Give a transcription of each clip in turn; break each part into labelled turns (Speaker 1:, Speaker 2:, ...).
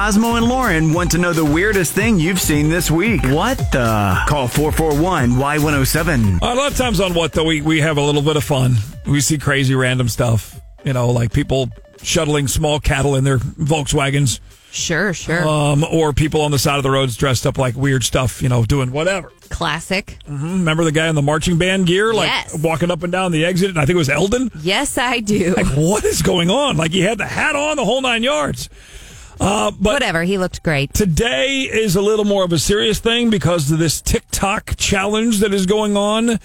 Speaker 1: Cosmo and Lauren want to know the weirdest thing you've seen this week. What the? Call 441 Y107.
Speaker 2: Uh, A lot of times on what though we, we have a little bit of fun. We see crazy random stuff. You know, like people shuttling small cattle in their Volkswagens,
Speaker 3: Sure, sure.
Speaker 2: um, or people on the side of the roads dressed up like weird stuff. You know, doing whatever.
Speaker 3: Classic.
Speaker 2: Remember the guy in the marching band gear, like
Speaker 3: Yes.
Speaker 2: walking up and down the exit? And I think it was Eldon.
Speaker 3: Yes, I do.
Speaker 2: Like, what is going on? Like he had the hat on, the whole nine yards. Uh, but
Speaker 3: Whatever. He looked great.
Speaker 2: Today is a little more of a serious thing because of this TikTok challenge that is going on.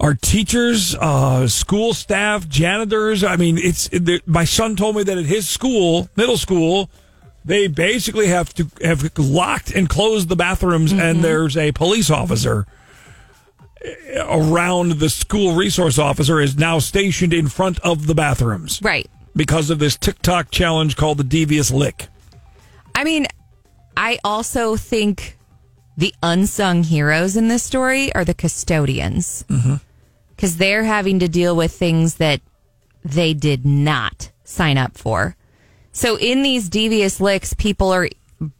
Speaker 2: Our teachers, uh, school staff, janitors. I mean, it's the, my son told me that at his school, middle school, they basically have to have locked and closed the bathrooms, and there's a police officer around the school resource officer is now stationed in front of the bathrooms
Speaker 3: Right.
Speaker 2: because of this TikTok challenge called the Devious Lick.
Speaker 3: I mean, I also think the unsung heroes in this story are the custodians because they're having to deal with things that they did not sign up for. So in these devious licks, people are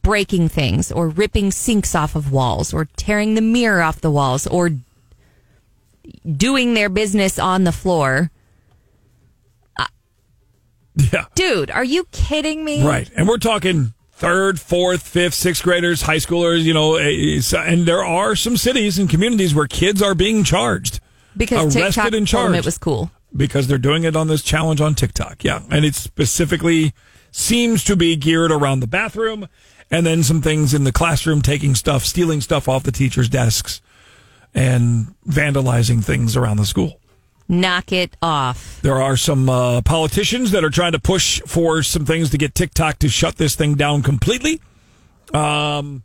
Speaker 3: breaking things or ripping sinks off of walls or tearing the mirror off the walls or doing their business on the floor.
Speaker 2: Yeah.
Speaker 3: Dude, are you kidding me?
Speaker 2: Right. And we're talking third, fourth, fifth, sixth graders, high schoolers, you know, eh, so- and there are some cities and communities where kids are being charged
Speaker 3: Because
Speaker 2: Arrested
Speaker 3: TikTok
Speaker 2: and
Speaker 3: told them
Speaker 2: charged.
Speaker 3: it was cool.
Speaker 2: because they're doing it on this challenge on TikTok. Yeah. And it specifically seems to be geared around the bathroom and then some things in the classroom, taking stuff, stealing stuff off the teachers' desks and vandalizing things around the school.
Speaker 3: Knock it off.
Speaker 2: There are some uh, politicians that are trying to push for some things to get TikTok to shut this thing down completely, um,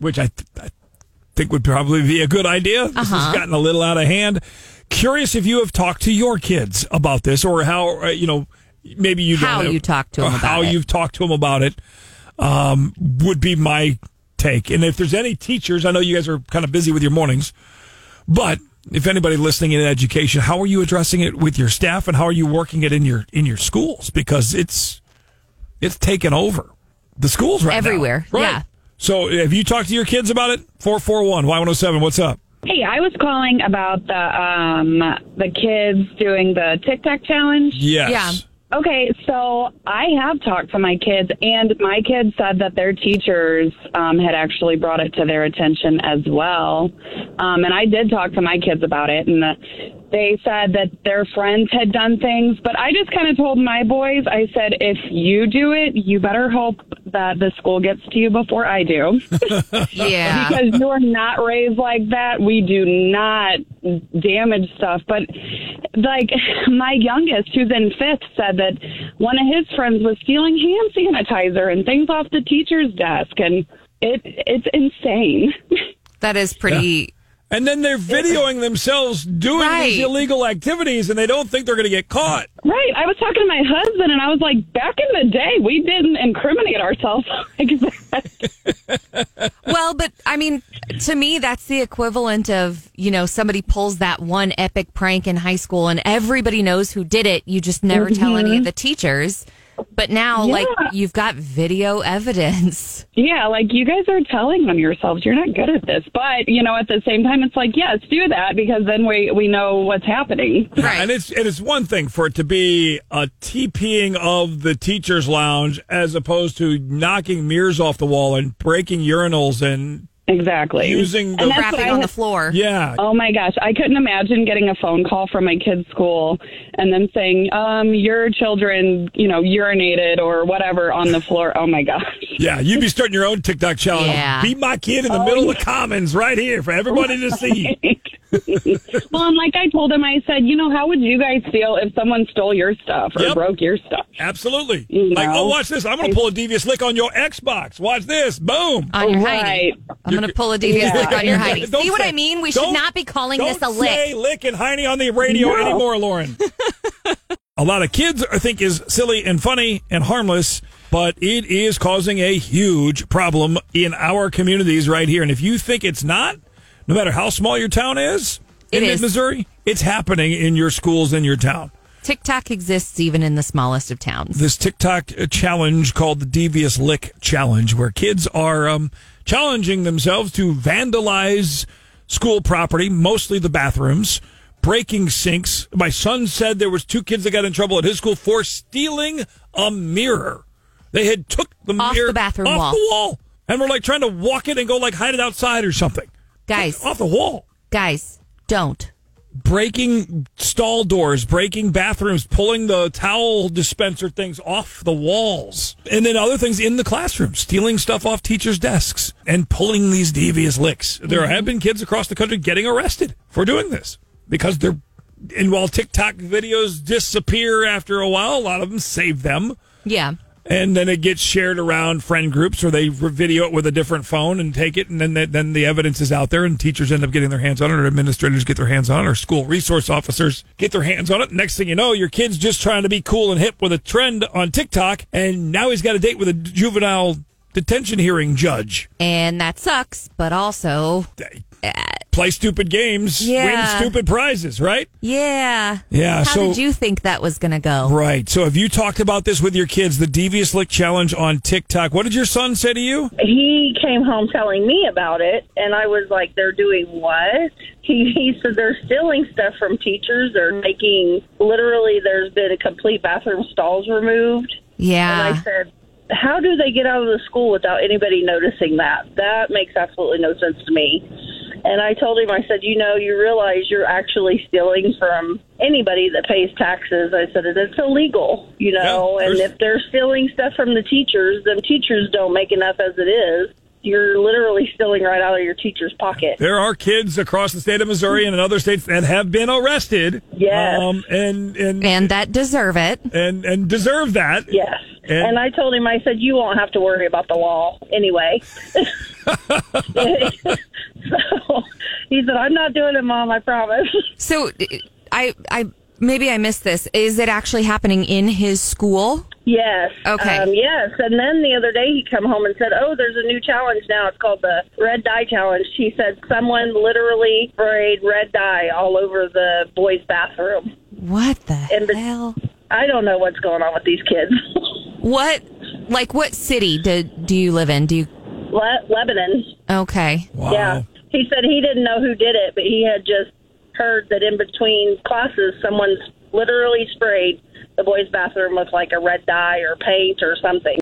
Speaker 2: which I, th- I think would probably be a good idea. This
Speaker 3: Uh-huh.
Speaker 2: has gotten a little out of hand. Curious if you have talked to your kids about this or how, uh, you know, maybe you don't
Speaker 3: How
Speaker 2: have-
Speaker 3: you talk to 'em
Speaker 2: or
Speaker 3: about
Speaker 2: how
Speaker 3: it.
Speaker 2: you've talked to them about it um, would be my take. And if there's any teachers, I know you guys are kind of busy with your mornings. But if anybody listening in education, how are you addressing it with your staff, and how are you working it in your in your schools? Because it's it's taken over the schools right now.
Speaker 3: Everywhere,
Speaker 2: Right.
Speaker 3: yeah.
Speaker 2: So have you talked to your kids about it? Four four one Y one zero seven. What's up?
Speaker 4: Hey, I was calling about the um, the kids doing the TikTok challenge.
Speaker 2: Yes.
Speaker 3: Yeah.
Speaker 4: Okay, so I have talked to my kids, and my kids said that their teachers um, had actually brought it to their attention as well. Um, and I did talk to my kids about it, and uh they said that their friends had done things. But I just kind of told my boys, I said, if you do it, you better hope that the school gets to you before I do.
Speaker 3: Yeah.
Speaker 4: because you're not raised like that. We do not damage stuff. But like my youngest, who's in fifth, said that one of his friends was stealing hand sanitizer and things off the teacher's desk, and it it's insane.
Speaker 3: That is pretty.
Speaker 2: And then they're videoing themselves doing these
Speaker 3: Right.
Speaker 2: illegal activities, and they don't think they're going to get caught.
Speaker 4: Right. I was talking to my husband, and I was like, back in the day, we didn't incriminate ourselves like that.
Speaker 3: Well, but I mean, to me, that's the equivalent of, you know, somebody pulls that one epic prank in high school and everybody knows who did it. You just never tell any of the teachers. But now, like,
Speaker 4: Yeah.
Speaker 3: you've got video evidence.
Speaker 4: Yeah, like you guys are telling on yourselves you're not good at this. But, you know, at the same time it's like, yes, do that because then we we know what's happening.
Speaker 3: Right.
Speaker 2: And it's it is one thing for it to be a TPing of the teachers' lounge as opposed to knocking mirrors off the wall and breaking urinals and
Speaker 4: Exactly.
Speaker 2: using the
Speaker 4: And that's what
Speaker 3: Rapping
Speaker 4: I
Speaker 3: on the
Speaker 4: had-
Speaker 3: floor.
Speaker 2: yeah.
Speaker 4: Oh my gosh, I couldn't imagine getting a phone call from my kid's school and them saying, "Um, your children, you know, urinated or whatever on the floor." Oh my gosh.
Speaker 2: Yeah, you'd be starting your own TikTok challenge.
Speaker 3: Yeah.
Speaker 2: Be my kid in
Speaker 4: Oh,
Speaker 2: the middle of the commons right here for everybody to see.
Speaker 4: well, and like I told him, I said, "You know, how would you guys feel if someone stole your stuff or
Speaker 2: Yep.
Speaker 4: broke your stuff?"
Speaker 2: Absolutely.
Speaker 4: You
Speaker 2: Like,
Speaker 4: know.
Speaker 2: oh, watch this. I'm going to pull a devious lick on your Xbox. Watch this. Boom.
Speaker 3: On your Heidi.
Speaker 4: Right.
Speaker 3: I'm going to pull a devious
Speaker 4: Yeah.
Speaker 3: lick on your Heidi.
Speaker 2: Don't
Speaker 3: See what
Speaker 2: say-
Speaker 3: I mean? We should
Speaker 2: don't-
Speaker 3: not be calling
Speaker 2: don't
Speaker 3: this a
Speaker 2: Say
Speaker 3: lick.
Speaker 2: lick and Heine on the radio
Speaker 4: No.
Speaker 2: anymore, Lauren. a lot of kids I think is silly and funny and harmless, but it is causing a huge problem in our communities right here. And if you think it's not, no matter how small your town is
Speaker 3: It
Speaker 2: in
Speaker 3: is.
Speaker 2: Missouri, it's happening in your schools in your town.
Speaker 3: TikTok exists even in the smallest of towns.
Speaker 2: this TikTok challenge called the Devious Lick Challenge, where kids are um, challenging themselves to vandalize school property, mostly the bathrooms, breaking sinks. My son said there was two kids that got in trouble at his school for stealing a mirror. They had took the
Speaker 3: Off
Speaker 2: mirror
Speaker 3: the bathroom
Speaker 2: off
Speaker 3: wall.
Speaker 2: the wall, and were like trying to walk it and go like hide it outside or something.
Speaker 3: Guys.
Speaker 2: off the wall
Speaker 3: Guys, don't.
Speaker 2: breaking stall doors, breaking bathrooms, pulling the towel dispenser things off the walls, and then other things in the classroom, stealing stuff off teachers' desks and pulling these devious licks. There have been kids across the country getting arrested for doing this because they're. And while TikTok videos disappear after a while, a lot of them save them.
Speaker 3: Yeah.
Speaker 2: And then it gets shared around friend groups, or they re- video it with a different phone and take it, and then the, then the evidence is out there, and teachers end up getting their hands on it, or administrators get their hands on it, or school resource officers get their hands on it. Next thing you know, your kid's just trying to be cool and hip with a trend on TikTok, and now he's got a date with a juvenile detention hearing judge.
Speaker 3: And that sucks, but also,
Speaker 2: Play stupid games,
Speaker 3: Yeah.
Speaker 2: win stupid prizes, right?
Speaker 3: yeah.
Speaker 2: Yeah,
Speaker 3: How
Speaker 2: so-
Speaker 3: did you think that was going to go?
Speaker 2: Right. So, have you talked about this with your kids, the Devious Lick Challenge on TikTok? What did your son say to you?
Speaker 5: he came home telling me about it, and I was like, "They're doing what?" He, he said they're stealing stuff from teachers. They're taking literally. There's been a complete bathroom stalls removed, and
Speaker 3: Yeah.
Speaker 5: I said, "How do they get out of the school without anybody noticing that? That makes absolutely no sense to me." And I told him, I said, "You know, you realize you're actually stealing from anybody that pays taxes." I said, "And "It's illegal, you know,
Speaker 2: Yeah,
Speaker 5: and
Speaker 2: there's-
Speaker 5: if they're stealing stuff from the teachers, then teachers don't make enough as it is. You're literally stealing right out of your teacher's pocket."
Speaker 2: There are kids across the state of Missouri and in other states that have been arrested.
Speaker 5: Yes.
Speaker 2: Um, and, and,
Speaker 3: and that deserve it.
Speaker 2: and, and deserve that.
Speaker 5: Yes.
Speaker 2: And-
Speaker 5: And, I told him, I said, you won't have to worry about the law anyway. so he said, I'm not doing it, Mom, I promise.
Speaker 3: So I I maybe I missed this. Is it actually happening in his school?
Speaker 5: Yes.
Speaker 3: Okay.
Speaker 5: Um, yes. And then the other day he come home and said, oh, there's a new challenge now. It's called the red dye challenge. He said someone literally sprayed red dye all over the boys' bathroom.
Speaker 3: What the
Speaker 5: In the-
Speaker 3: hell?
Speaker 5: I don't know what's going on with these kids.
Speaker 3: What like what city do do you live in? Do you
Speaker 5: Le- Lebanon.
Speaker 3: Okay.
Speaker 2: Wow.
Speaker 5: Yeah. He said he didn't know who did it, but he had just heard that in between classes, someone's literally sprayed the boys' bathroom with like a red dye or paint or something.